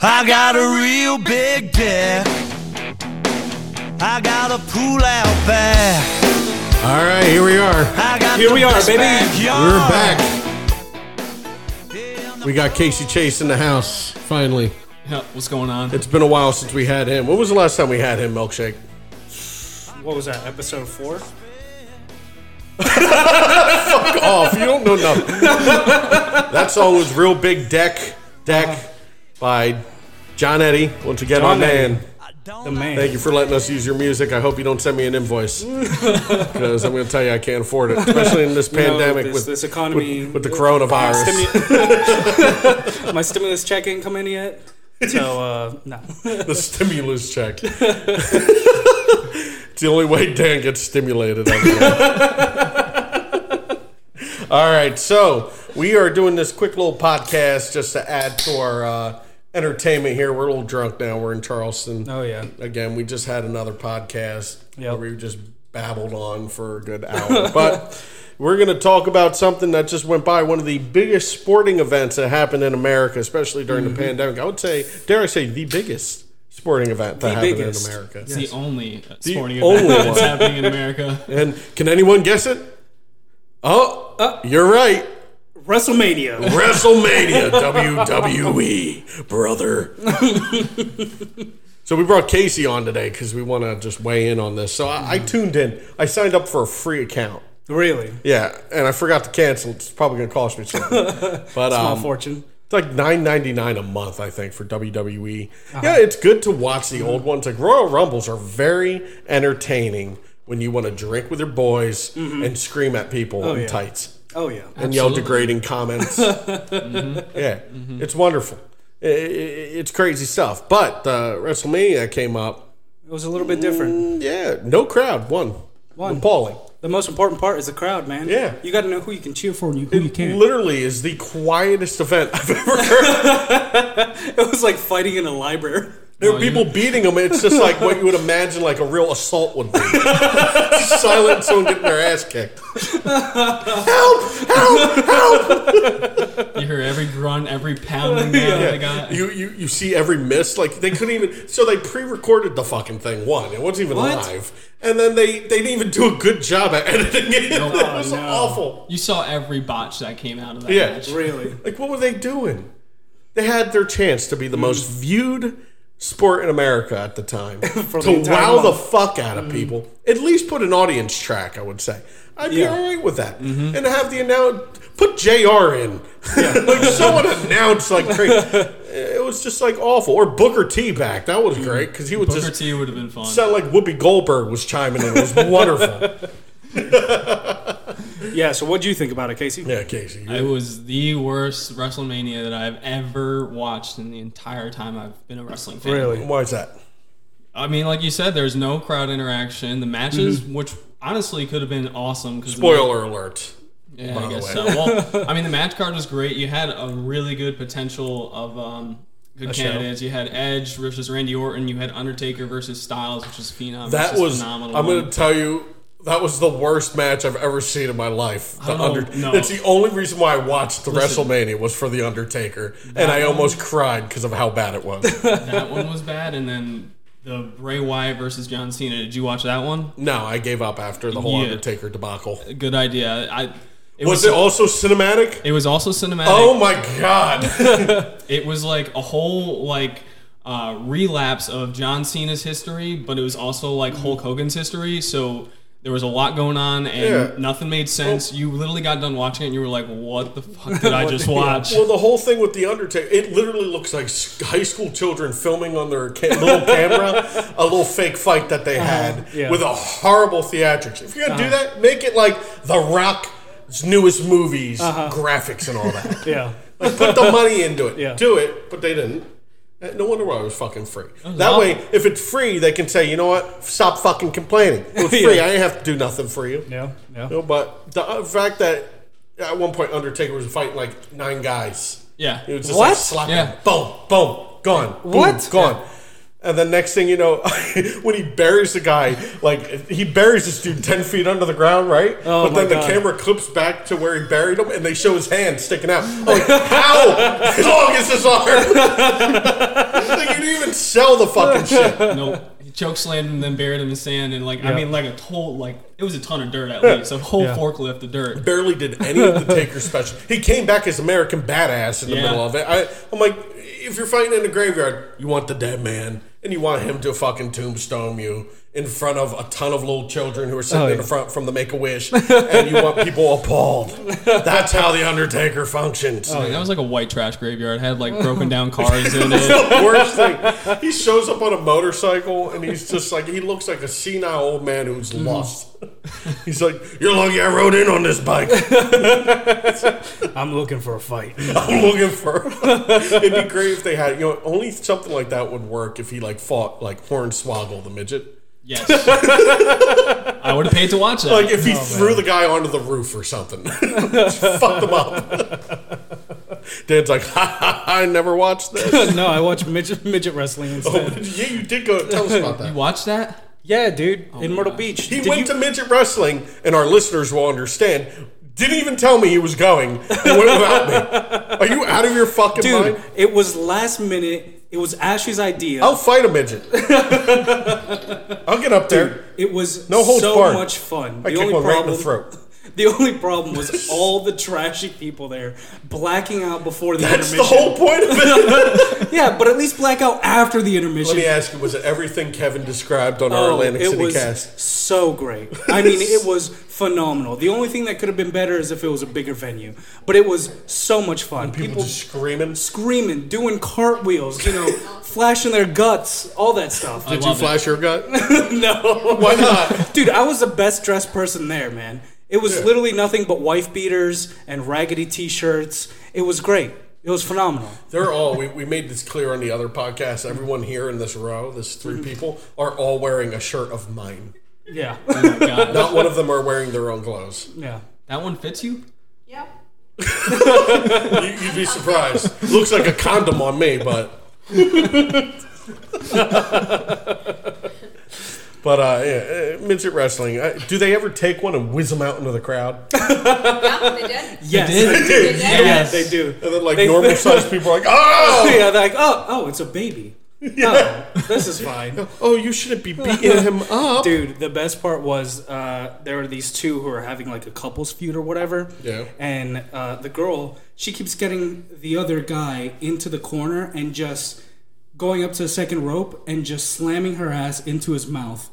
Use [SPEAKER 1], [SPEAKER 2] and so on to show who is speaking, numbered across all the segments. [SPEAKER 1] I got a real big deck. I got a pool out there.
[SPEAKER 2] All right, here we are.
[SPEAKER 1] I got
[SPEAKER 3] Here
[SPEAKER 1] the
[SPEAKER 3] we are,
[SPEAKER 1] best
[SPEAKER 3] baby.
[SPEAKER 1] backyard.
[SPEAKER 2] We're back. We got Casey Chase in the house finally.
[SPEAKER 3] Yeah, what's going on?
[SPEAKER 2] It's been a while since we had him. When was the last time we had him, Milkshake?
[SPEAKER 4] What was that? Episode four?
[SPEAKER 2] Oh, if you don't know nothing. that song was "Real Big Deck Deck" by John Eddie. Once again,
[SPEAKER 3] Uh-huh. John
[SPEAKER 2] my man.
[SPEAKER 3] Eddie. The man.
[SPEAKER 2] Thank you for letting us use your music. I hope you don't send me an invoice because I'm going to tell you I can't afford it, especially in this
[SPEAKER 4] know,
[SPEAKER 2] pandemic
[SPEAKER 4] this-
[SPEAKER 2] with
[SPEAKER 4] this economy-
[SPEAKER 2] with, with the coronavirus.
[SPEAKER 4] Stimu- My stimulus check ain't come in yet. So, uh, no.
[SPEAKER 2] the stimulus check. it's the only way Dan gets stimulated. I guess. All right, so we are doing this quick little podcast just to add to our uh, entertainment here. We're a little drunk now. We're in Charleston.
[SPEAKER 4] Oh, yeah.
[SPEAKER 2] Again, we just had another podcast
[SPEAKER 4] Yep.
[SPEAKER 2] where we just babbled on for a good hour. but we're going to talk about something that just went by, one of the biggest sporting events that happened in America, especially during
[SPEAKER 4] Mm-hmm.
[SPEAKER 2] the pandemic. I would say, dare I say, the biggest sporting event that happened
[SPEAKER 4] biggest.
[SPEAKER 2] in America.
[SPEAKER 3] It's the only sporting
[SPEAKER 2] only
[SPEAKER 3] event that's
[SPEAKER 2] one.
[SPEAKER 3] happening in America.
[SPEAKER 2] And can anyone guess it? Oh,
[SPEAKER 4] Uh.
[SPEAKER 2] you're right.
[SPEAKER 4] WrestleMania.
[SPEAKER 2] WrestleMania WWE, brother. so we brought Casey on today because we want to just weigh in on this. So I, I tuned in. I signed up for a free account.
[SPEAKER 4] Really?
[SPEAKER 2] Yeah, and I forgot to cancel. It's probably going to cost me something. But
[SPEAKER 4] Small
[SPEAKER 2] um,
[SPEAKER 4] Uh, fortune.
[SPEAKER 2] it's like nine ninety nine a month, I think, for WWE. Yeah, it's good to watch the old ones. Like Royal Rumbles are very entertaining when you want to drink with your boys and scream at people in
[SPEAKER 4] yeah.
[SPEAKER 2] tights
[SPEAKER 4] Oh, yeah.
[SPEAKER 2] and yell degrading comments. Mm-hmm. Yeah,
[SPEAKER 4] Mm-hmm.
[SPEAKER 2] it's wonderful. I- i- it's crazy stuff. But uh, WrestleMania came up.
[SPEAKER 4] It was a little bit different.
[SPEAKER 2] Yeah, no crowd. One.
[SPEAKER 4] One.
[SPEAKER 2] Appalling.
[SPEAKER 4] The most important part is the crowd, man.
[SPEAKER 2] Yeah.
[SPEAKER 4] You got to know who you can cheer for and you- who you can't.
[SPEAKER 2] Literally is the quietest event I've ever heard.
[SPEAKER 4] It was like fighting in a library.
[SPEAKER 2] There were people beating them. It's just like what you would imagine like a real assault would be. Silent someone getting their ass kicked. help! Help! Help!
[SPEAKER 3] You hear every grunt, every pounding down they got.
[SPEAKER 2] You, you you see every miss. Like they couldn't even. So they pre-recorded the fucking thing. One, it wasn't even
[SPEAKER 4] What?
[SPEAKER 2] live. And then they they didn't even do a good job at editing it. it
[SPEAKER 3] Oh,
[SPEAKER 2] was
[SPEAKER 3] no.
[SPEAKER 2] awful.
[SPEAKER 3] You saw every botch that came out of that
[SPEAKER 2] Yeah.
[SPEAKER 3] match.
[SPEAKER 4] Really?
[SPEAKER 2] Like what were they doing? They had their chance to be the most viewed sport in America at the time.
[SPEAKER 4] the
[SPEAKER 2] to
[SPEAKER 4] entire
[SPEAKER 2] wow the
[SPEAKER 4] month.
[SPEAKER 2] fuck out of people. At least put an audience track, I would say. I'd be
[SPEAKER 4] Yeah.
[SPEAKER 2] alright with that. And have the announce put JR in. like someone announced like great. It was just like awful. Or Booker T back. That was great because he would
[SPEAKER 3] Booker
[SPEAKER 2] just
[SPEAKER 3] T would have been fun.
[SPEAKER 2] sound like Whoopi Goldberg was chiming in. It was wonderful.
[SPEAKER 4] Yeah, so what'd you think about it, Casey?
[SPEAKER 2] yeah, Casey. you-
[SPEAKER 3] it was the worst WrestleMania that I've ever watched in the entire time I've been a wrestling fan.
[SPEAKER 4] Really?
[SPEAKER 2] Why is that?
[SPEAKER 3] I mean, like you said, there's no crowd interaction. The matches,
[SPEAKER 2] Mm-hmm.
[SPEAKER 3] which honestly could have been awesome. 'cause the
[SPEAKER 2] Spoiler alert.
[SPEAKER 3] Yeah, I guess
[SPEAKER 2] way.
[SPEAKER 3] so. Well, I mean, the match card was great. You had a really good potential of um, good
[SPEAKER 4] show.
[SPEAKER 3] candidates. You had Edge versus Randy Orton. You had Undertaker versus Styles, which is phenom. It's
[SPEAKER 2] That
[SPEAKER 3] just
[SPEAKER 2] was.
[SPEAKER 3] phenomenal.
[SPEAKER 2] I'm going to tell you. That was the worst match I've ever seen in my life. The
[SPEAKER 3] don't know.
[SPEAKER 2] under,
[SPEAKER 3] Oh, No.
[SPEAKER 2] That's the only reason why I watched the WrestleMania was for the Undertaker, and I almost cried because of how bad it was.
[SPEAKER 3] that one was bad, and then the Bray Wyatt versus John Cena. Did you watch that one?
[SPEAKER 2] no, I gave up after the whole
[SPEAKER 3] Yeah.
[SPEAKER 2] Undertaker debacle. Was,
[SPEAKER 3] Good idea. I. It
[SPEAKER 2] it also cinematic?
[SPEAKER 3] It was also cinematic.
[SPEAKER 2] oh my god!
[SPEAKER 3] It was like a whole like uh, relapse of John Cena's history, but it was also like Hulk Hogan's history. So there was a lot going on, and
[SPEAKER 2] Yeah.
[SPEAKER 3] nothing made sense. you literally got done watching it, and you were like, "What the fuck did I just watch?"
[SPEAKER 2] well, the whole thing with the Undertaker, it literally looks like s- high school children filming on their ca- little camera a little fake fight that they had
[SPEAKER 4] Uh-huh. yeah. Uh-huh.
[SPEAKER 2] with a horrible theatrics. If you're gonna do that, make it like The Rock's newest movies, graphics, and all that.
[SPEAKER 4] Uh-huh. Yeah.
[SPEAKER 2] like, put the money into it.
[SPEAKER 4] Yeah.
[SPEAKER 2] Do it, but they didn't. Uh, No wonder why it was fucking free.
[SPEAKER 3] was
[SPEAKER 2] that
[SPEAKER 3] awful.
[SPEAKER 2] way, if it's free, they can say, you know what, stop fucking complaining. It was
[SPEAKER 4] Yeah.
[SPEAKER 2] free. I didn't have to do nothing for you.
[SPEAKER 4] Yeah. Yeah.
[SPEAKER 2] No, but the uh, fact that at one point Undertaker was fighting like nine guys.
[SPEAKER 3] yeah,
[SPEAKER 2] It was just
[SPEAKER 4] What?
[SPEAKER 2] like slapping.
[SPEAKER 3] Yeah.
[SPEAKER 2] Boom, boom, gone. Boom,
[SPEAKER 4] What?
[SPEAKER 2] Gone. And the next thing you know, when he buries the guy, like he buries this dude ten feet under the ground, right?
[SPEAKER 4] Oh,
[SPEAKER 2] but
[SPEAKER 4] my
[SPEAKER 2] then
[SPEAKER 4] God.
[SPEAKER 2] the camera clips back to where he buried him, and they show his hand sticking out. I'm like, how long is this arm? like you didn't even sell the fucking shit.
[SPEAKER 3] Nope. He choke slammed him, then buried him in sand, and like I mean, like a whole like it was a ton of dirt at least, a whole
[SPEAKER 5] Yeah.
[SPEAKER 3] forklift of dirt.
[SPEAKER 2] Barely did any of the Taker special. He came back as American badass in the
[SPEAKER 3] Yeah.
[SPEAKER 2] middle of it. I, I'm like, if you're fighting in the graveyard, you want the dead man, and you want him to fucking tombstone you in front of a ton of little children who are sitting
[SPEAKER 5] Oh,
[SPEAKER 2] in the
[SPEAKER 5] yeah.
[SPEAKER 2] front from the Make a Wish, and you want people appalled. That's how the Undertaker functions.
[SPEAKER 5] Oh,
[SPEAKER 3] Like, That was like a white trash graveyard. It had like broken down cars in
[SPEAKER 2] It's
[SPEAKER 3] it.
[SPEAKER 2] the worst thing. He shows up on a motorcycle and he's just like he looks like a senile old man who's
[SPEAKER 5] Mm-hmm.
[SPEAKER 2] lost. He's like, "You're lucky I rode in on this bike.
[SPEAKER 4] I'm looking for a fight.
[SPEAKER 2] I'm looking for." It'd be great if they had. You know, only something like that would work if he like fought like Hornswoggle the midget.
[SPEAKER 3] Yes. I would have paid to watch that.
[SPEAKER 2] Like if he threw the guy onto the roof or something, Just fucked him up. Dan's like, ha, ha, ha, I never watched this.
[SPEAKER 4] no, I watch midget, midget wrestling
[SPEAKER 2] Oh,
[SPEAKER 4] instead.
[SPEAKER 2] yeah, you did go. Tell us about that.
[SPEAKER 3] you watch that?
[SPEAKER 4] Yeah, dude, in Myrtle
[SPEAKER 3] God.
[SPEAKER 4] Beach.
[SPEAKER 2] Oh, He
[SPEAKER 4] Did
[SPEAKER 2] went
[SPEAKER 4] you-
[SPEAKER 2] to midget wrestling, and our listeners will understand. Didn't even tell me he was going. and went without me. Are you out of your fucking
[SPEAKER 4] dude.
[SPEAKER 2] mind?
[SPEAKER 4] It was last minute. It was Ashley's idea.
[SPEAKER 2] I'll fight a midget. I'll get up there.
[SPEAKER 4] It was
[SPEAKER 2] No holds
[SPEAKER 4] so
[SPEAKER 2] barred.
[SPEAKER 4] much fun.
[SPEAKER 2] I kick one right in the throat.
[SPEAKER 4] The only problem was all the trashy people there blacking out before the
[SPEAKER 2] That's the
[SPEAKER 4] intermission.
[SPEAKER 2] whole point of it.
[SPEAKER 4] yeah, but at least black out after the intermission.
[SPEAKER 2] Let me ask you: Was it everything Kevin described on our
[SPEAKER 4] Oh,
[SPEAKER 2] Atlantic
[SPEAKER 4] it
[SPEAKER 2] City
[SPEAKER 4] was
[SPEAKER 2] cast?
[SPEAKER 4] so great. I mean, it was phenomenal. The only thing that could have been better is if it was a bigger venue, but it was so much fun.
[SPEAKER 2] People, just screaming.
[SPEAKER 4] screaming, doing cartwheels, you know, flashing their guts, all that stuff.
[SPEAKER 2] Did you
[SPEAKER 3] love it.
[SPEAKER 2] flash your gut?
[SPEAKER 4] no,
[SPEAKER 2] Why not?
[SPEAKER 4] dude, I was the best dressed person there, man. It was
[SPEAKER 2] Yeah.
[SPEAKER 4] literally nothing but wife beaters and raggedy t-shirts. It was great. It was phenomenal.
[SPEAKER 2] They're all. We, we made this clear on the other podcast. Everyone here in this row, this three
[SPEAKER 4] Mm-hmm.
[SPEAKER 2] people, are all wearing a shirt of mine.
[SPEAKER 4] Yeah,
[SPEAKER 3] Oh my God.
[SPEAKER 2] Not one of them are wearing their own clothes.
[SPEAKER 4] yeah.
[SPEAKER 3] That one fits you?
[SPEAKER 6] Yep.
[SPEAKER 2] You- You'd be surprised. Looks like a condom on me, but. but uh, yeah, uh, midget wrestling. Uh, do they ever take one and whiz them out into the crowd? And
[SPEAKER 6] Yep, they did.
[SPEAKER 4] Yes,
[SPEAKER 3] did?
[SPEAKER 6] They did.
[SPEAKER 4] Yes,
[SPEAKER 3] Yes.
[SPEAKER 4] they do.
[SPEAKER 2] then like normal sized people are like, oh,
[SPEAKER 4] Yeah, they're like, oh, oh, it's a baby.
[SPEAKER 2] Yeah.
[SPEAKER 4] Oh, this is fine.
[SPEAKER 2] oh, you shouldn't be beating him up.
[SPEAKER 4] Dude, the best part was uh, there were these two who are having like a couples feud or whatever.
[SPEAKER 2] Yeah.
[SPEAKER 4] And uh, the girl, she keeps getting the other guy into the corner and just going up to the second rope and just slamming her ass into his mouth.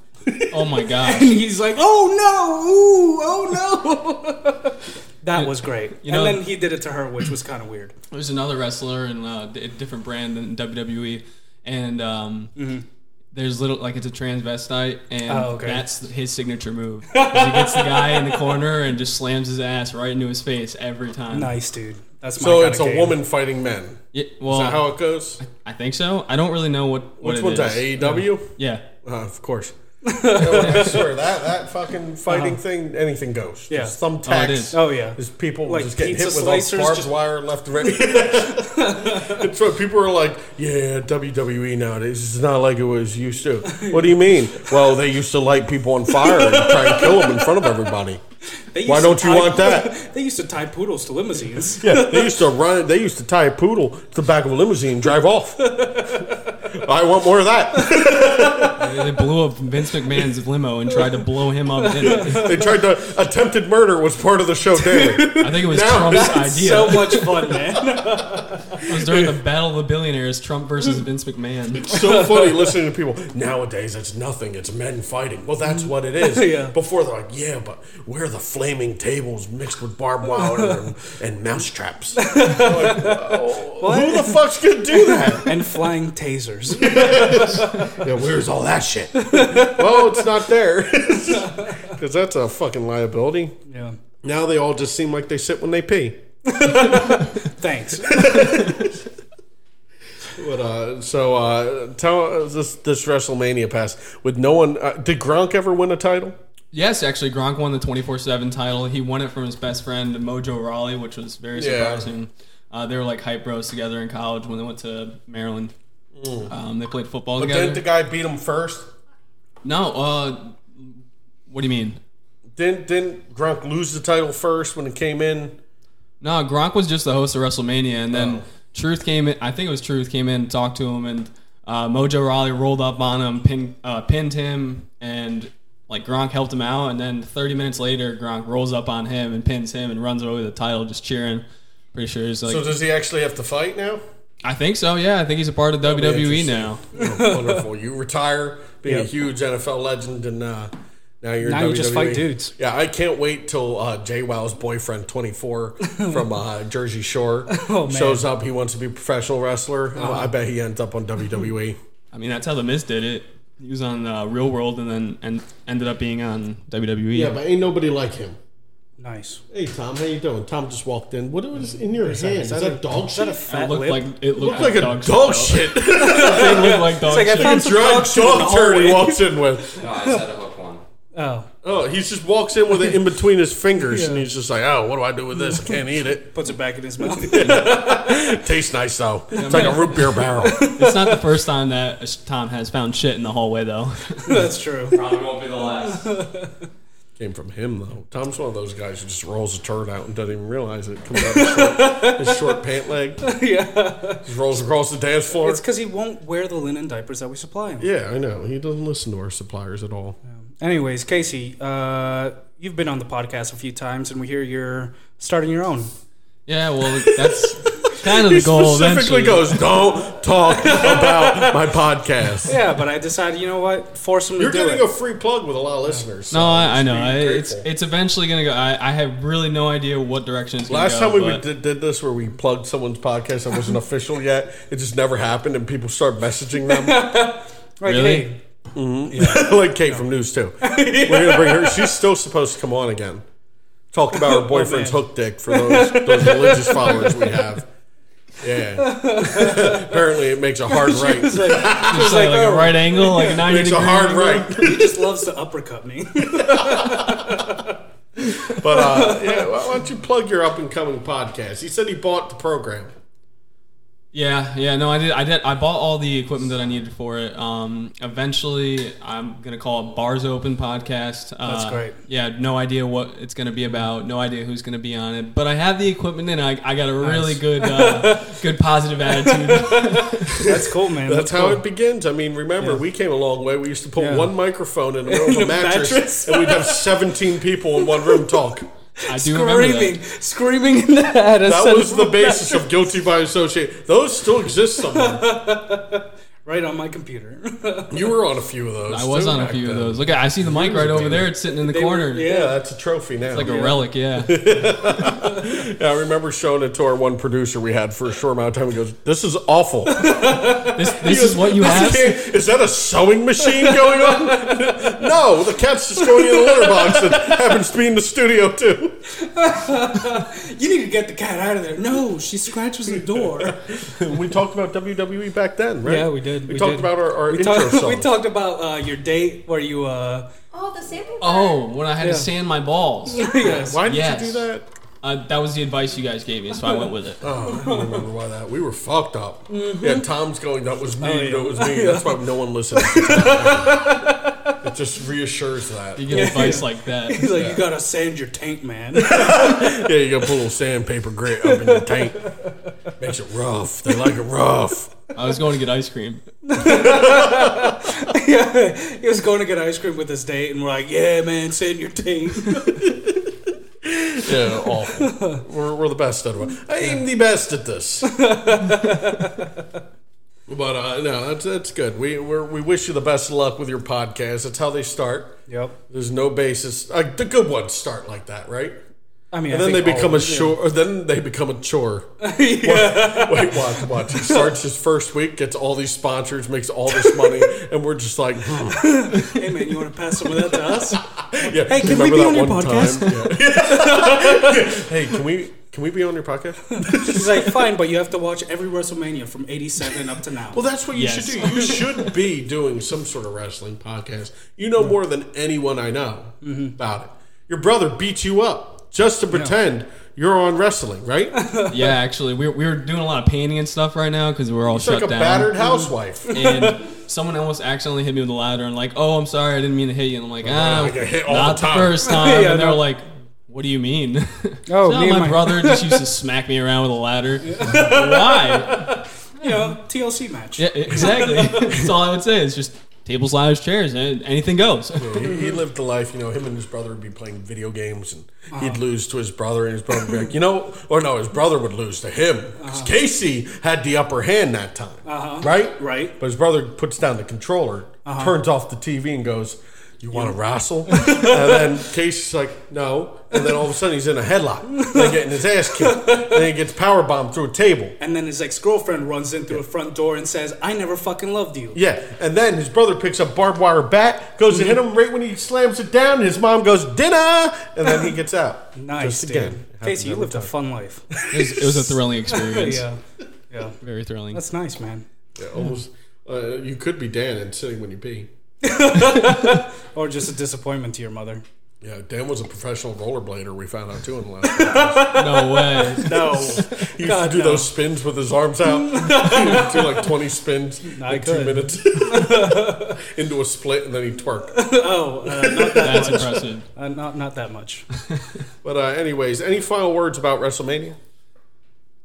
[SPEAKER 3] Oh my gosh.
[SPEAKER 4] And he's like, oh no, ooh, oh no. that was great.
[SPEAKER 3] know-
[SPEAKER 4] and then he did it to her, which was kind of weird.
[SPEAKER 3] There's another wrestler in uh, d- a different brand than WWE, and um,
[SPEAKER 2] Mm-hmm.
[SPEAKER 3] there's little like it's a transvestite, and
[SPEAKER 4] Oh, okay.
[SPEAKER 3] that's his signature move. 'Cause he gets the guy in the corner and just slams his ass right into his face every time.
[SPEAKER 4] Nice, dude. That's my
[SPEAKER 2] so
[SPEAKER 4] kinda
[SPEAKER 2] it's a
[SPEAKER 4] game.
[SPEAKER 2] woman fighting men.
[SPEAKER 3] Yeah,
[SPEAKER 2] Is
[SPEAKER 3] well,
[SPEAKER 2] that how it goes?
[SPEAKER 3] I think so. I don't really know what, what
[SPEAKER 2] Which
[SPEAKER 3] it
[SPEAKER 2] one's that?
[SPEAKER 3] is.
[SPEAKER 2] AEW?
[SPEAKER 3] Yeah,
[SPEAKER 2] Uh, of course. I swear that that fucking fighting thing, anything goes.
[SPEAKER 4] Uh-huh. Yeah.
[SPEAKER 2] Just thumbtacks.
[SPEAKER 3] Oh, it is.
[SPEAKER 4] Oh, yeah.
[SPEAKER 2] There's people
[SPEAKER 4] Like
[SPEAKER 2] just getting hit
[SPEAKER 4] pizza
[SPEAKER 2] with all
[SPEAKER 4] slicers,
[SPEAKER 2] barbed
[SPEAKER 4] just-
[SPEAKER 2] wire left and right. it's what people are like, yeah, WWE nowadays is not like it was used to. What do you mean? Well, they used to light people on fire and try and kill them in front of everybody.
[SPEAKER 4] They
[SPEAKER 2] Why
[SPEAKER 4] used to
[SPEAKER 2] don't you
[SPEAKER 4] tie-
[SPEAKER 2] want that?
[SPEAKER 4] they used to tie poodles to limousines.
[SPEAKER 2] Yeah, they used to run. They used to tie a poodle to the back of a limousine and drive off. I want more of that.
[SPEAKER 3] they they blew up Vince McMahon's limo and tried to blow him up in it.
[SPEAKER 2] They tried to attempted murder was part of the show daily.
[SPEAKER 3] I think it was
[SPEAKER 2] Now
[SPEAKER 3] Trump's
[SPEAKER 2] that's
[SPEAKER 3] idea.
[SPEAKER 4] So much fun, man.
[SPEAKER 3] it was during the Battle of the Billionaires, Trump versus Vince McMahon.
[SPEAKER 2] so funny listening to people nowadays. It's nothing. It's men fighting. Well, that's what it is.
[SPEAKER 4] Yeah.
[SPEAKER 2] Before they're like, yeah, but where are the flaming tables mixed with barbed wire and, and mouse traps? Like, oh, who the fuck's gonna do that?
[SPEAKER 4] and flying tasers.
[SPEAKER 2] Yeah, where's all that shit? well, it's not there because that's a fucking liability.
[SPEAKER 4] Yeah.
[SPEAKER 2] Now they all just seem like they sit when they pee.
[SPEAKER 4] Thanks.
[SPEAKER 2] But uh, so uh, tell us this this WrestleMania pass with no one. Uh, did Gronk ever win a title?
[SPEAKER 3] Yes, actually, Gronk won the 24 7 title. He won it from his best friend, Mojo Raleigh, which was very
[SPEAKER 2] Yeah.
[SPEAKER 3] surprising. Uh, they were like hype bros together in college when they went to Maryland. Um, they played football
[SPEAKER 2] Mm. But
[SPEAKER 3] together.
[SPEAKER 2] didn't the guy beat him first?
[SPEAKER 3] no, uh, what do you mean?
[SPEAKER 2] Didn't didn't Gronk lose the title first when it came in?
[SPEAKER 3] No, Gronk was just the host of WrestleMania, and then
[SPEAKER 2] Oh.
[SPEAKER 3] Truth came in. I think it was Truth came in and talked to him, and uh, Mojo Raleigh rolled up on him, pin, uh, pinned him, and like Gronk helped him out. And then 30 minutes later, Gronk rolls up on him and pins him and runs over the title, just cheering. Pretty sure he's like,
[SPEAKER 2] So does he actually have to fight now?
[SPEAKER 3] I think so. Yeah, I think he's a part of
[SPEAKER 2] be
[SPEAKER 3] WWE
[SPEAKER 2] interesting.
[SPEAKER 3] now.
[SPEAKER 2] Oh, Wonderful. You retire being
[SPEAKER 5] Yep.
[SPEAKER 2] a huge NFL legend, and uh, now you're
[SPEAKER 5] Now you just
[SPEAKER 2] WWE.
[SPEAKER 5] fight dudes.
[SPEAKER 2] Yeah, I can't wait till uh, Jay Wow's boyfriend, 24 from uh, Jersey Shore,
[SPEAKER 5] man.
[SPEAKER 2] shows up. He wants to be a professional wrestler. I bet he ends up on E. WWE.
[SPEAKER 3] I mean, that's how the Miz did it. He was on uh, Real World, and then and ended up being on E. WWE.
[SPEAKER 2] ain't nobody like him.
[SPEAKER 5] Nice.
[SPEAKER 2] Hey Tom, how you doing? Tom just walked in. What was in your hand? Is that, a dog shit?
[SPEAKER 3] it
[SPEAKER 5] Fat
[SPEAKER 3] looked
[SPEAKER 5] lip.
[SPEAKER 3] like it looked
[SPEAKER 2] Like a dog, shit.
[SPEAKER 3] it looked like dog
[SPEAKER 5] like I
[SPEAKER 3] shit.
[SPEAKER 5] found some-
[SPEAKER 2] Drunk dog turd he walks in with.
[SPEAKER 6] No, I said a hook one.
[SPEAKER 5] oh,
[SPEAKER 2] Oh, he just walks in with it in between his fingers, and he's just like, "Oh, what do I do with this? I can't eat it."
[SPEAKER 5] puts it back in his mouth.
[SPEAKER 2] Tastes nice though. It's like a root beer barrel.
[SPEAKER 3] It's not the first time that Tom has found shit in the hallway, though.
[SPEAKER 5] That's true.
[SPEAKER 6] Probably won't be the last.
[SPEAKER 2] Came from him though. Tom's one of those guys who just rolls a turd out and doesn't even realize it. Comes out his short, his short pant leg.
[SPEAKER 5] yeah.
[SPEAKER 2] Just rolls across the dance floor.
[SPEAKER 4] It's because he won't wear the linen diapers that we supply him.
[SPEAKER 2] yeah, I know. He doesn't listen to our suppliers at all.
[SPEAKER 4] Anyways, Casey, uh, you've been on the podcast a few times, and we hear you're starting your own.
[SPEAKER 3] Yeah, well, that's kind of
[SPEAKER 2] He
[SPEAKER 3] the goal.
[SPEAKER 2] specifically
[SPEAKER 3] eventually.
[SPEAKER 2] goes, "Don't talk about my podcast."
[SPEAKER 4] Yeah, but I decided, you know what? Force him to
[SPEAKER 2] You're
[SPEAKER 4] do
[SPEAKER 2] getting
[SPEAKER 4] it.
[SPEAKER 2] a free plug with a lot of listeners. so
[SPEAKER 3] No, I, I know.
[SPEAKER 2] be
[SPEAKER 3] I, it's
[SPEAKER 2] grateful.
[SPEAKER 3] it's eventually gonna go. I, I have really no idea what direction it's gonna
[SPEAKER 2] Last
[SPEAKER 3] go.
[SPEAKER 2] time we
[SPEAKER 3] but-
[SPEAKER 2] did, did this, where we plugged someone's podcast that wasn't official yet, it just never happened, and people started messaging them.
[SPEAKER 4] Like,
[SPEAKER 3] Really?
[SPEAKER 4] hey,
[SPEAKER 2] like Kate from News too. We're gonna bring her. She's still supposed to come on again. Talk about her boyfriend's hook dick for those, those religious followers we have. Yeah. Apparently, it makes a hard right.
[SPEAKER 3] Just like,
[SPEAKER 4] like,
[SPEAKER 3] like
[SPEAKER 4] oh.
[SPEAKER 3] a right angle, like a ninety
[SPEAKER 2] Makes a
[SPEAKER 3] degree
[SPEAKER 2] hard
[SPEAKER 3] angle.
[SPEAKER 2] right.
[SPEAKER 4] he just loves to uppercut me.
[SPEAKER 2] But uh, yeah, why don't you plug your up and coming podcast? He said he bought the program.
[SPEAKER 3] Yeah, yeah. No, I did. I did. I bought all the equipment that I needed for it. Um, eventually, I'm gonna call it Bars Open Podcast. Uh,
[SPEAKER 4] That's great.
[SPEAKER 3] Yeah, no idea what it's gonna be about. No idea who's gonna be on it. But I have the equipment, and I, I got a really good uh, good positive attitude.
[SPEAKER 4] That's cool, man.
[SPEAKER 2] That's how it begins. I mean, remember, we came a long way. We used to put one microphone in the middle of a mattress,
[SPEAKER 4] mattress.
[SPEAKER 2] and we'd have 17 people in one room talk.
[SPEAKER 3] I do remember that.
[SPEAKER 4] Screaming, screaming in the head.
[SPEAKER 2] That was the basis of Guilty by Association. Those still exist somewhere.
[SPEAKER 4] right on my computer.
[SPEAKER 2] You were on a few of those.
[SPEAKER 3] I was
[SPEAKER 2] too,
[SPEAKER 3] on a
[SPEAKER 2] back
[SPEAKER 3] few of
[SPEAKER 2] then.
[SPEAKER 3] those. Look, I see the mic right over
[SPEAKER 2] ago.
[SPEAKER 3] there. It's sitting in the
[SPEAKER 4] were-
[SPEAKER 3] corner.
[SPEAKER 4] yeah.
[SPEAKER 2] Yeah, that's a trophy now.
[SPEAKER 3] Like a relic, yeah. It's
[SPEAKER 2] yeah, I remember showing it to our one producer we had for a short amount of time. He goes, "This is awful. this
[SPEAKER 3] this is what you have.
[SPEAKER 2] can't- Is that a sewing machine going on? no, the cat's just going in the litter box that happens to be in the studio too.
[SPEAKER 4] you need to get the cat out of there. No, she scratches the door.
[SPEAKER 2] We talked about WWE back then, right?
[SPEAKER 4] Yeah, we did.
[SPEAKER 2] We,
[SPEAKER 4] We
[SPEAKER 2] talked
[SPEAKER 4] did.
[SPEAKER 2] about our, our
[SPEAKER 4] we,
[SPEAKER 2] intro
[SPEAKER 4] talked,
[SPEAKER 2] song.
[SPEAKER 4] we talked about uh, your date where you. Uh,
[SPEAKER 7] Oh, the sample.
[SPEAKER 3] Oh, when I had to sand my balls.
[SPEAKER 4] yes.
[SPEAKER 2] Why did
[SPEAKER 3] Yes.
[SPEAKER 2] you do that?
[SPEAKER 3] Uh, that was the advice you guys gave me, so I went with it.
[SPEAKER 4] Oh.
[SPEAKER 2] I don't remember why that. We were fucked up.
[SPEAKER 4] Mm-hmm.
[SPEAKER 2] Yeah, Tom's going, that was me,
[SPEAKER 4] Oh,
[SPEAKER 2] that was me. That's why no one listens. it just reassures that.
[SPEAKER 3] You get advice like that.
[SPEAKER 4] He's like, you gotta sand your tank, man.
[SPEAKER 2] Yeah, you gotta put a little sandpaper grit up in your tank. Makes it rough. They like it rough.
[SPEAKER 3] I was going to get ice cream.
[SPEAKER 4] yeah, he was going to get ice cream with his date, and we're like, yeah, man, sand your tank.
[SPEAKER 2] Yeah, awful. We're, we're the best at it. I am the best at this. but uh, no, that's, that's good. We we're, we wish you the best of luck with your podcast. That's how they start.
[SPEAKER 4] Yep.
[SPEAKER 2] There's no basis. Uh, the good ones start like that, right?
[SPEAKER 4] I mean,
[SPEAKER 2] And
[SPEAKER 4] I
[SPEAKER 2] then they
[SPEAKER 4] think all
[SPEAKER 2] become a
[SPEAKER 4] of them,
[SPEAKER 2] chore. Or then they become a chore. Wait, watch, watch. He starts his first week, gets all these sponsors, makes all this money, and we're just like, hmm,
[SPEAKER 4] Hey, man, you wanna pass some of that to us?
[SPEAKER 2] yeah. Hey,
[SPEAKER 4] can we be on your podcast?
[SPEAKER 2] hey, can we can we be on your podcast?
[SPEAKER 4] He's like, fine, but you have to watch every WrestleMania from '87 up to now.
[SPEAKER 2] Well, that's what you
[SPEAKER 3] Yes.
[SPEAKER 2] should do. You should be doing some sort of wrestling podcast. You know more than anyone I know about it. Your brother beat you up just to pretend You're on wrestling, right?
[SPEAKER 3] Yeah, actually, we we were doing a lot of painting and stuff right now because we were all
[SPEAKER 2] It's
[SPEAKER 3] shut
[SPEAKER 2] like a
[SPEAKER 3] down.
[SPEAKER 2] battered housewife.
[SPEAKER 3] and someone almost accidentally hit me with a ladder and like, oh, I'm sorry, I didn't mean to hit you. And I'm like, ah,
[SPEAKER 2] Oh, I get hit all
[SPEAKER 3] not
[SPEAKER 2] the
[SPEAKER 3] the,
[SPEAKER 2] time."
[SPEAKER 3] first time.
[SPEAKER 4] Yeah,
[SPEAKER 3] and they
[SPEAKER 4] no.
[SPEAKER 3] were like, what do you mean? Oh,
[SPEAKER 4] Oh, me and
[SPEAKER 3] my,
[SPEAKER 4] my-
[SPEAKER 3] brother just used to smack me around with a ladder. Why?
[SPEAKER 4] You know, TLC match.
[SPEAKER 3] Yeah, exactly. That's all I would say. It's just tables, ladders, chairs, and anything goes.
[SPEAKER 2] he, he lived the life, you know, him and his brother would be playing video games and he'd lose to his brother and his brother would be like, you know, or no, his brother would lose to him because Casey had the upper hand that time, right?
[SPEAKER 4] Right.
[SPEAKER 2] But his brother puts down the controller, turns off the TV and goes, you want to wrestle? and then Casey's like, no. And then all of a sudden he's in a headlock and getting his ass kicked. And then he gets powerbombed through a table.
[SPEAKER 4] And then his ex girlfriend runs in through a front door and says, I never fucking loved you.
[SPEAKER 2] Yeah, and then his brother picks up barbed wire bat, goes
[SPEAKER 3] Mm-hmm.
[SPEAKER 2] to hit him right when he slams it down. and His mom goes dinner, and then he gets out.
[SPEAKER 4] Nice.
[SPEAKER 2] Just
[SPEAKER 4] Dude.
[SPEAKER 2] again. it happens
[SPEAKER 4] Casey, you
[SPEAKER 2] every
[SPEAKER 4] lived a
[SPEAKER 2] time.
[SPEAKER 4] fun life.
[SPEAKER 3] It was, it was a thrilling experience.
[SPEAKER 4] yeah. Yeah.
[SPEAKER 3] Very thrilling.
[SPEAKER 4] That's nice, man.
[SPEAKER 2] Yeah, almost. Uh, you could be Dan and sitting when you pee.
[SPEAKER 4] Or just a disappointment to your mother.
[SPEAKER 2] Yeah, Dan was a professional rollerblader. We found out too in the last. podcast.
[SPEAKER 3] No way.
[SPEAKER 4] No.
[SPEAKER 2] He used to do those spins with his arms out. he would do like twenty spins
[SPEAKER 4] I
[SPEAKER 2] in two
[SPEAKER 4] could.
[SPEAKER 2] minutes into a split, and then he would twerk.
[SPEAKER 4] oh, uh, not, that,
[SPEAKER 3] That's impressive.
[SPEAKER 4] uh, not, not that much.
[SPEAKER 2] But uh, anyways, any final words about WrestleMania?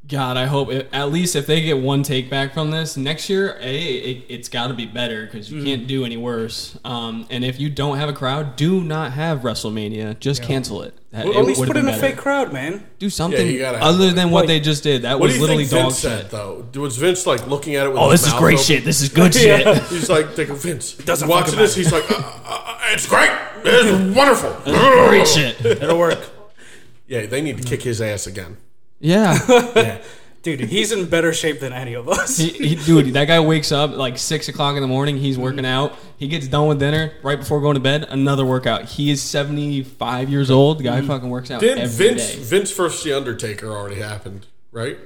[SPEAKER 3] God, I hope it, at least if they get one take back from this next year, a it, it's got to be better because you
[SPEAKER 2] Mm-hmm.
[SPEAKER 3] can't do any worse. Um, and if you don't have a crowd, do not have WrestleMania. Just cancel it. That-
[SPEAKER 4] At
[SPEAKER 3] it
[SPEAKER 4] least
[SPEAKER 3] would've
[SPEAKER 4] put in
[SPEAKER 3] been
[SPEAKER 4] a
[SPEAKER 3] better.
[SPEAKER 4] fake crowd, man.
[SPEAKER 3] Do
[SPEAKER 2] Yeah,
[SPEAKER 3] something
[SPEAKER 2] you gotta have
[SPEAKER 3] other
[SPEAKER 2] one.
[SPEAKER 3] than what they just did. That
[SPEAKER 2] What
[SPEAKER 3] was
[SPEAKER 2] do you
[SPEAKER 3] literally
[SPEAKER 2] think
[SPEAKER 3] dog
[SPEAKER 2] Vince said
[SPEAKER 3] shit.
[SPEAKER 2] though? Was Vince like looking at it? With
[SPEAKER 3] Oh,
[SPEAKER 2] his
[SPEAKER 3] this is
[SPEAKER 2] mouth
[SPEAKER 3] great
[SPEAKER 2] open?
[SPEAKER 3] shit. This is good shit.
[SPEAKER 2] He's like, they go, Vince,
[SPEAKER 4] doesn't
[SPEAKER 2] watching
[SPEAKER 4] fucking
[SPEAKER 2] this, he's like, uh, uh, uh, it's great. It's wonderful.
[SPEAKER 3] Great shit.
[SPEAKER 4] It'll work.
[SPEAKER 2] Yeah, they need to kick his ass again.
[SPEAKER 3] Yeah,
[SPEAKER 2] Yeah.
[SPEAKER 4] Dude, he's in better shape than any of us.
[SPEAKER 3] he, he, dude, that guy wakes up like six o'clock in the morning.
[SPEAKER 2] Mm-hmm.
[SPEAKER 3] He's working out. He gets done with dinner right before going to bed. Another workout. He is seventy five years old. The guy fucking works out
[SPEAKER 2] Did
[SPEAKER 3] every
[SPEAKER 2] Mm-hmm. Vince
[SPEAKER 3] day.
[SPEAKER 2] Vince versus the Undertaker already happened, right?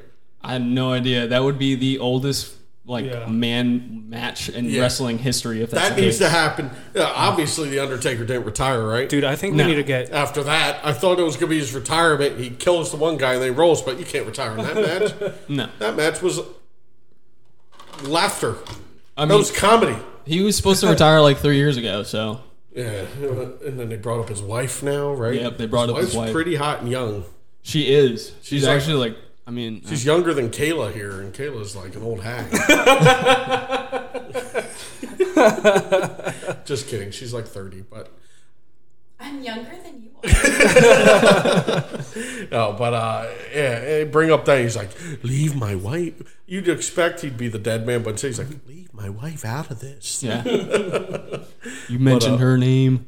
[SPEAKER 3] I have no idea. That would be the oldest like
[SPEAKER 4] Yeah.
[SPEAKER 3] man match in
[SPEAKER 2] Yeah.
[SPEAKER 3] wrestling history. If that's
[SPEAKER 2] That
[SPEAKER 3] the
[SPEAKER 2] needs
[SPEAKER 3] case.
[SPEAKER 2] to happen. Yeah, obviously, the Undertaker didn't retire, right?
[SPEAKER 4] Dude, I think
[SPEAKER 3] No.
[SPEAKER 4] we need to get.
[SPEAKER 2] After that, I thought it was going to be his retirement. He kills the one guy and they rolls, but you can't retire in that match.
[SPEAKER 3] no.
[SPEAKER 2] That match was laughter.
[SPEAKER 3] I
[SPEAKER 2] That
[SPEAKER 3] mean,
[SPEAKER 2] was comedy.
[SPEAKER 3] he was supposed to retire like three years ago. So
[SPEAKER 2] Yeah, and then they brought up his wife now, right?
[SPEAKER 3] Yep, they brought up his
[SPEAKER 2] wife's
[SPEAKER 3] wife.
[SPEAKER 2] Pretty hot and young.
[SPEAKER 3] she is. She's,
[SPEAKER 2] She's like-
[SPEAKER 3] actually like. I mean, uh,
[SPEAKER 2] She's younger than Kayla here, and Kayla's like an old hag. Just kidding. She's like 30, but
[SPEAKER 7] I'm younger than you are.
[SPEAKER 2] no, but uh, yeah, eh, bring up that he's like, leave my wife. You'd expect he'd be the dead man, but he's like, leave my wife out of this.
[SPEAKER 3] yeah. you mentioned her name.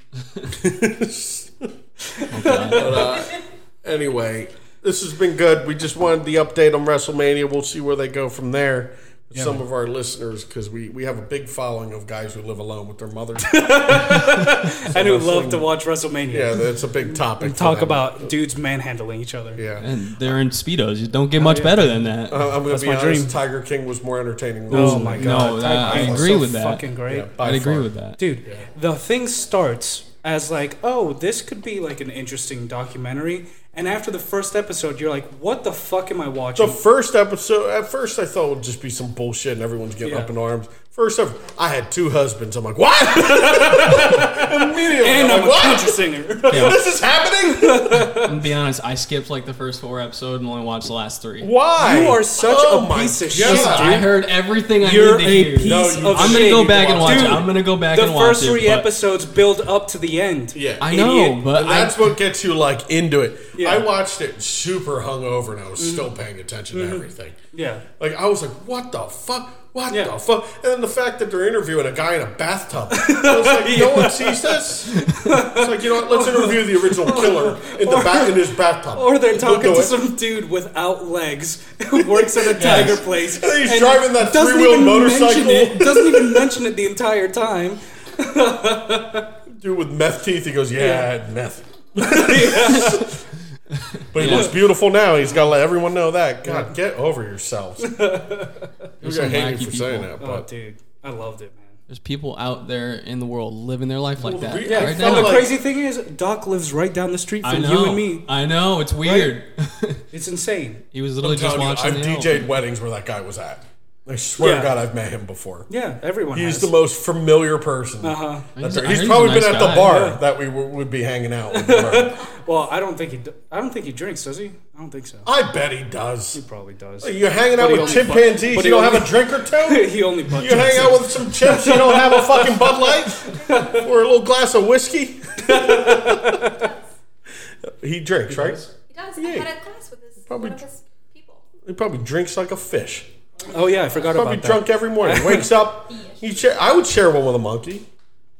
[SPEAKER 3] oh God.
[SPEAKER 2] Anyway, this has been good. We just wanted the update on WrestleMania. We'll see where they go from there. with Some of our listeners, because we, we have a big following of guys who live alone with their mothers.
[SPEAKER 4] I do love to watch WrestleMania.
[SPEAKER 2] yeah, that's a big topic. for
[SPEAKER 4] Talk
[SPEAKER 2] them.
[SPEAKER 4] about dudes manhandling each other.
[SPEAKER 2] yeah.
[SPEAKER 3] And they're in speedos. You don't get
[SPEAKER 4] Oh,
[SPEAKER 3] much better than that.
[SPEAKER 2] Uh, I'm going
[SPEAKER 4] That's
[SPEAKER 2] to be
[SPEAKER 4] my
[SPEAKER 2] honest.
[SPEAKER 4] dream.
[SPEAKER 2] Tiger King was more entertaining. Than
[SPEAKER 4] Oh
[SPEAKER 2] this.
[SPEAKER 4] my
[SPEAKER 3] no,
[SPEAKER 4] god.
[SPEAKER 3] that-
[SPEAKER 4] Tiger
[SPEAKER 3] I
[SPEAKER 4] King was
[SPEAKER 3] agree
[SPEAKER 4] so
[SPEAKER 3] with that.
[SPEAKER 4] Fucking great.
[SPEAKER 2] Yeah, by
[SPEAKER 3] I'd agree
[SPEAKER 2] far.
[SPEAKER 3] with that.
[SPEAKER 4] Dude, the thing starts as like, oh, this could be like an interesting documentary. And after the first episode, you're like, what the fuck am I watching?
[SPEAKER 2] The first episode, at first I thought it would just be some bullshit and everyone's getting
[SPEAKER 4] Yeah.
[SPEAKER 2] up in arms. First ever, I had two husbands. I'm like, what? Immediately,
[SPEAKER 4] and
[SPEAKER 2] I'm
[SPEAKER 4] I'm
[SPEAKER 2] like,
[SPEAKER 4] a
[SPEAKER 2] what?
[SPEAKER 4] country singer.
[SPEAKER 2] This is happening?
[SPEAKER 3] I'm gonna be honest. I skipped like the first four episodes and only watched the last three.
[SPEAKER 2] Why?
[SPEAKER 4] You are such
[SPEAKER 2] Oh
[SPEAKER 4] a
[SPEAKER 2] my
[SPEAKER 4] piece of shit,
[SPEAKER 2] God.
[SPEAKER 4] dude.
[SPEAKER 3] I heard everything I
[SPEAKER 4] You're
[SPEAKER 3] need to hear.
[SPEAKER 4] a piece
[SPEAKER 2] No,
[SPEAKER 4] of
[SPEAKER 2] you-
[SPEAKER 4] shit.
[SPEAKER 3] I'm gonna go back and watch
[SPEAKER 4] Dude,
[SPEAKER 3] it. I'm gonna go back
[SPEAKER 4] the
[SPEAKER 3] and watch
[SPEAKER 4] first
[SPEAKER 3] it.
[SPEAKER 4] three
[SPEAKER 3] but-
[SPEAKER 4] episodes build up to the end.
[SPEAKER 2] Yeah.
[SPEAKER 3] I know,
[SPEAKER 4] Idiot.
[SPEAKER 3] but
[SPEAKER 2] And
[SPEAKER 3] I,
[SPEAKER 2] that's what gets you like into it.
[SPEAKER 4] Yeah. Mm-hmm.
[SPEAKER 2] I watched it super hungover and I was still paying attention to everything.
[SPEAKER 4] Yeah.
[SPEAKER 2] Like I was like, what the fuck? What
[SPEAKER 4] Yeah.
[SPEAKER 2] the fuck? And then the fact that they're interviewing a guy in a bathtub. I was like, no one sees this. It's like, you know what? Let's interview the original killer in the bat in his bathtub.
[SPEAKER 4] Or they're
[SPEAKER 2] We'll
[SPEAKER 4] talking
[SPEAKER 2] do
[SPEAKER 4] to
[SPEAKER 2] it.
[SPEAKER 4] some dude without legs who works at a tiger place.
[SPEAKER 2] And he's driving that
[SPEAKER 4] doesn't
[SPEAKER 2] three-wheeled
[SPEAKER 4] even mention
[SPEAKER 2] motorcycle.
[SPEAKER 4] It, doesn't even mention it the entire time.
[SPEAKER 2] dude with meth teeth. He goes, yeah, I had meth. But he looks beautiful now. He's got to let everyone know that. God, get over yourselves. You're
[SPEAKER 3] There's
[SPEAKER 2] gonna
[SPEAKER 3] some
[SPEAKER 2] hate me
[SPEAKER 3] wacky
[SPEAKER 2] for saying
[SPEAKER 3] people.
[SPEAKER 2] that,
[SPEAKER 4] Oh,
[SPEAKER 2] but
[SPEAKER 4] dude, I loved it, man.
[SPEAKER 3] There's people out there in the world living their life like that.
[SPEAKER 2] re- I
[SPEAKER 3] right
[SPEAKER 2] felt
[SPEAKER 3] now.
[SPEAKER 4] The
[SPEAKER 2] like-
[SPEAKER 4] crazy thing is, Doc lives right down the street
[SPEAKER 3] I
[SPEAKER 4] from
[SPEAKER 3] know.
[SPEAKER 4] you and me.
[SPEAKER 3] I know. It's weird.
[SPEAKER 4] It's insane.
[SPEAKER 3] he was literally just
[SPEAKER 2] telling you,
[SPEAKER 3] watching.
[SPEAKER 2] I've
[SPEAKER 3] the
[SPEAKER 2] DJed
[SPEAKER 3] Elf.
[SPEAKER 2] weddings where that guy was at. I swear
[SPEAKER 4] Yeah.
[SPEAKER 2] to God, I've met him before.
[SPEAKER 4] Yeah, everyone.
[SPEAKER 2] He's
[SPEAKER 4] has.
[SPEAKER 2] the most familiar person.
[SPEAKER 4] Uh-huh.
[SPEAKER 2] That's
[SPEAKER 3] He's-
[SPEAKER 2] right. he's,
[SPEAKER 3] I heard he's a
[SPEAKER 2] probably
[SPEAKER 3] nice
[SPEAKER 2] been at the
[SPEAKER 3] guy,
[SPEAKER 2] bar
[SPEAKER 3] yeah.
[SPEAKER 2] that we w- would be hanging out. with.
[SPEAKER 4] Well, I don't think he. d- I don't think he drinks, does he? I don't think so.
[SPEAKER 2] I bet he does.
[SPEAKER 4] He probably does.
[SPEAKER 2] You're hanging out
[SPEAKER 4] he
[SPEAKER 2] with
[SPEAKER 4] only fu-
[SPEAKER 2] chimpanzees.
[SPEAKER 4] but
[SPEAKER 2] you
[SPEAKER 4] he
[SPEAKER 2] don't
[SPEAKER 4] only-
[SPEAKER 2] have a drink or two.
[SPEAKER 4] he only butt
[SPEAKER 2] You hang
[SPEAKER 4] chugs
[SPEAKER 2] out
[SPEAKER 4] it.
[SPEAKER 2] with some chips. You don't have a fucking Bud Light or a little glass of whiskey. he drinks, right?
[SPEAKER 7] He does. I
[SPEAKER 2] Yeah.
[SPEAKER 7] had a class with his,
[SPEAKER 2] Probably
[SPEAKER 7] one of his people.
[SPEAKER 2] He probably drinks like a fish.
[SPEAKER 4] Oh yeah, I forgot
[SPEAKER 2] Probably
[SPEAKER 4] about
[SPEAKER 2] drunk every morning. Wakes up. He share, I would share one with a monkey.
[SPEAKER 4] that.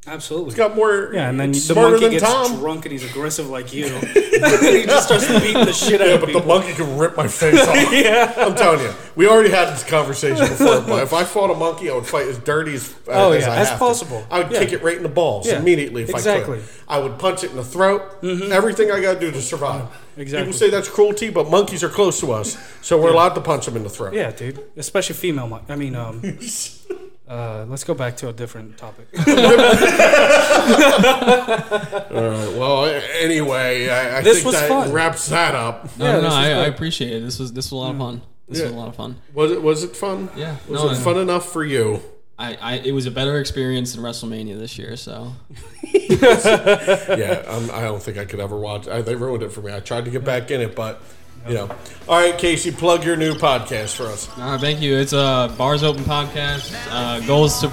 [SPEAKER 4] Absolutely.
[SPEAKER 2] He's got more.
[SPEAKER 4] Yeah, and then the
[SPEAKER 2] smarter
[SPEAKER 4] monkey
[SPEAKER 2] than
[SPEAKER 4] gets
[SPEAKER 2] Tom.
[SPEAKER 4] drunk and he's aggressive like you. he just starts beating the shit out
[SPEAKER 2] Yeah,
[SPEAKER 4] of
[SPEAKER 2] but the
[SPEAKER 4] people.
[SPEAKER 2] monkey can rip my face off.
[SPEAKER 4] Yeah.
[SPEAKER 2] I'm telling you, we already had this conversation before. But if I fought a monkey, I would fight as dirty as, uh,
[SPEAKER 4] Oh,
[SPEAKER 2] as
[SPEAKER 4] yeah,
[SPEAKER 2] I
[SPEAKER 4] as
[SPEAKER 2] have to.
[SPEAKER 4] possible.
[SPEAKER 2] I would
[SPEAKER 4] Yeah.
[SPEAKER 2] kick it right in the balls
[SPEAKER 4] Yeah,
[SPEAKER 2] immediately if I
[SPEAKER 4] exactly. Mm-hmm.
[SPEAKER 2] could. I would punch it in the throat. Everything I got to do to survive.
[SPEAKER 4] Exactly.
[SPEAKER 2] People say that's cruelty, but monkeys are close to us, so we're allowed to punch them in the throat.
[SPEAKER 4] Yeah, dude. Especially female mon- I mean, um, uh, let's go back to a different topic.
[SPEAKER 2] All right. Well, a- anyway, I, I
[SPEAKER 4] This
[SPEAKER 2] think
[SPEAKER 4] was
[SPEAKER 2] that
[SPEAKER 4] fun.
[SPEAKER 2] wraps that up.
[SPEAKER 3] No,
[SPEAKER 4] Yeah,
[SPEAKER 3] no, no.
[SPEAKER 4] this is
[SPEAKER 3] I, I
[SPEAKER 4] good.
[SPEAKER 3] appreciate it. This was this was a lot of fun. This was
[SPEAKER 2] Yeah.
[SPEAKER 3] a lot of fun.
[SPEAKER 2] Was it was it fun?
[SPEAKER 3] Yeah.
[SPEAKER 2] Was
[SPEAKER 3] no,
[SPEAKER 2] it
[SPEAKER 3] I-
[SPEAKER 2] fun enough for you?
[SPEAKER 3] I, I it was a better experience than WrestleMania this year. So
[SPEAKER 2] yeah, I'm, I don't think I could ever watch. I, they ruined it for me. I tried to get back in it, but you know. All right, Casey, plug your new podcast for us.
[SPEAKER 3] All right, thank you. It's a Bars Open podcast. Uh, goals to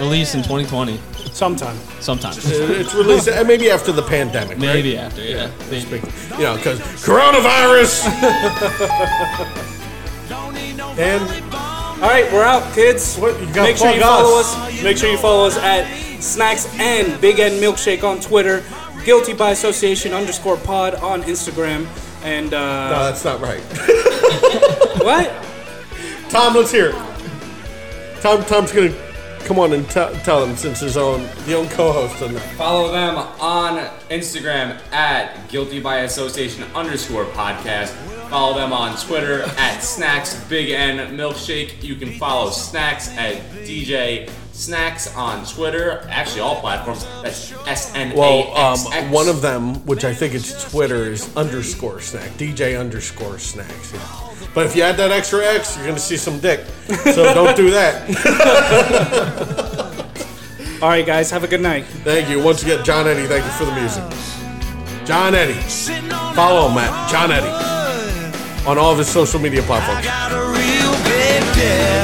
[SPEAKER 3] release in 2020
[SPEAKER 4] Sometime.
[SPEAKER 3] sometime.
[SPEAKER 2] It- It's released uh, maybe after the pandemic, right?
[SPEAKER 3] Maybe after, yeah. Maybe.
[SPEAKER 2] You know, because coronavirus. And
[SPEAKER 4] All right, we're out, kids.
[SPEAKER 2] What? You gotta
[SPEAKER 4] Make sure you
[SPEAKER 2] plug
[SPEAKER 4] follow
[SPEAKER 2] us.
[SPEAKER 4] us. Make sure you follow us at Snacks and Big End Milkshake on Twitter, Guilty by Association underscore Pod on Instagram, and
[SPEAKER 2] no,
[SPEAKER 4] uh,
[SPEAKER 2] that's not right.
[SPEAKER 4] what?
[SPEAKER 2] Tom, let's hear it. Tom, Tom's gonna come on and t- tell them since his own the own co-host on that.
[SPEAKER 6] Follow them on Instagram at guilty by association underscore podcast. Follow them on Twitter at snacks big N milkshake. You can follow snacks at DJ snacks on Twitter. Actually, all platforms. That's S N A X X.
[SPEAKER 2] Well, um, one of them, which I think it's Twitter, is underscore snack, DJ underscore snacks.
[SPEAKER 6] Oh,
[SPEAKER 2] Yeah. But if you add that extra X, you're going to see some dick. So don't do that.
[SPEAKER 4] All right, guys. Have a good night.
[SPEAKER 2] Thank you. Once again, John Eddie, thank you for the music. John Eddie. Follow him at John Eddie on all of his social media
[SPEAKER 1] I
[SPEAKER 2] platforms.
[SPEAKER 1] got a real big deal.